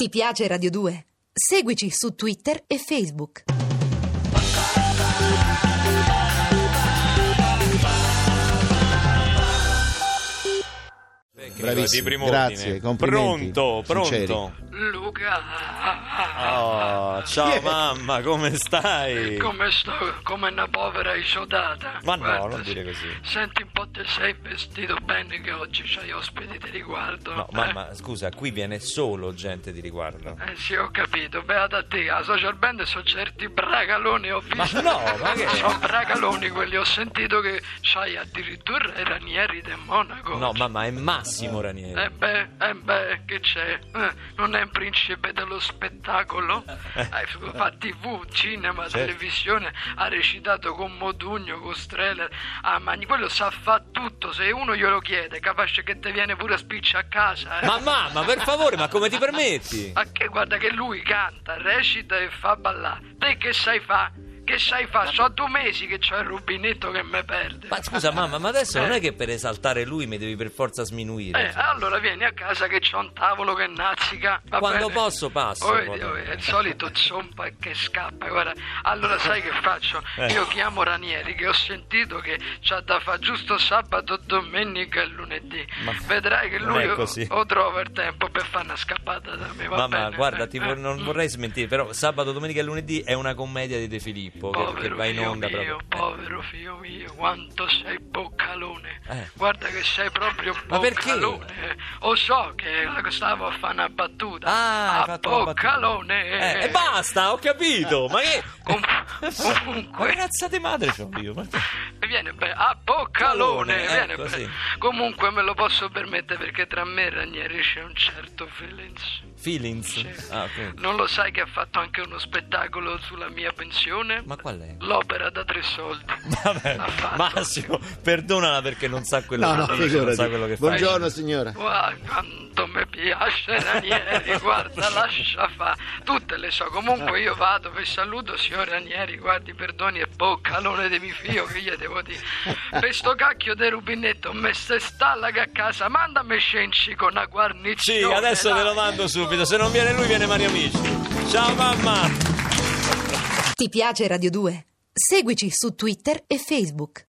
Ti piace Radio 2? Seguici su Twitter e Facebook. Bravissimo, di primo grazie, ordine. complimenti, Pronto, sinceri. pronto. Luca, Oh, ciao mamma, come stai? Eh, come sto, come una povera isodata. Ma no, Guarda, non dire se- così. Senti un po' te sei vestito bene che oggi c'hai ospiti di riguardo. No, eh? mamma, scusa, qui viene solo gente di riguardo. Eh sì, ho capito, beata te, a social band sono certi bragaloni, ho Ma visto. no, ma che- Sono bragaloni quelli, ho sentito che c'hai addirittura i ranieri del Monaco. No, mamma, è Massimo Ranieri. Eh beh, eh beh, che c'è? Eh, non è un principe dello spettacolo? Eh, fa tv, cinema, televisione, ha recitato con Modugno, con Streller, ah, ma quello sa fa tutto, se uno glielo chiede, capace che te viene pure a spiccia a casa, eh. Ma mamma, per favore, ma come ti permetti? Ma che guarda che lui canta, recita e fa ballare. Te che sai fa? Che sai fa? So due mesi che c'ho il rubinetto che me perde. Ma scusa, mamma, ma adesso non è che per esaltare lui mi devi per forza sminuire. Eh, allora vieni a casa che c'ho un tavolo che nazzica. va Quando bene? posso passo. Oh, vedi, oh, è il solito zompa che scappa, guarda. Allora sai che faccio? Eh. Io chiamo Ranieri che ho sentito che c'ha da fa giusto sabato, domenica e lunedì. Ma Vedrai che non lui è o, così. o trova il tempo per fare una scappata da me, va Mamma, bene? guarda, Eh, ti eh, vor- non mm. vorrei smentire, però sabato, domenica e lunedì è una commedia di De Filippo che- che, Povero va in figlio onda mio, proprio. Eh. povero figlio mio, quanto sei boccalone. Eh. Guarda che sei proprio Ma perché? boccalone. Lo so che stavo a fare una battuta. Ah, hai a fatto una battuta. boccalone. Eh, e basta, ho capito. Ma che Com- Ma che comunque razza di madre c'ho io? Ma- viene bene a boccalone Calone, viene ecco, bene. sì. comunque me lo posso permettere perché tra me e Ranieri c'è un certo feelings Feelings. Sì. Ah, ok. non lo sai che ha fatto anche uno spettacolo sulla mia pensione Ma qual è? l'opera da tre soldi Vabbè, Ha fatto. Massimo, perdonala perché non sa quello No, che no, dice, non sa quello figurati. che Buongiorno signora. Guarda, quanto mi piace Ranieri, guarda, lascia fa. Tutte le so, comunque io vado, vi saluto signor Ranieri, guardi, perdoni e boccalone di mio figlio che gli devo dire. Per sto cacchio del rubinetto, me se stallaga a casa, mandami scenci con una fai. guarnizione. Sì, adesso te dai. lo mando subito. Se non viene lui, viene Mario Amici. Ciao mamma. Ti piace Radio 2? Seguici su Twitter e Facebook.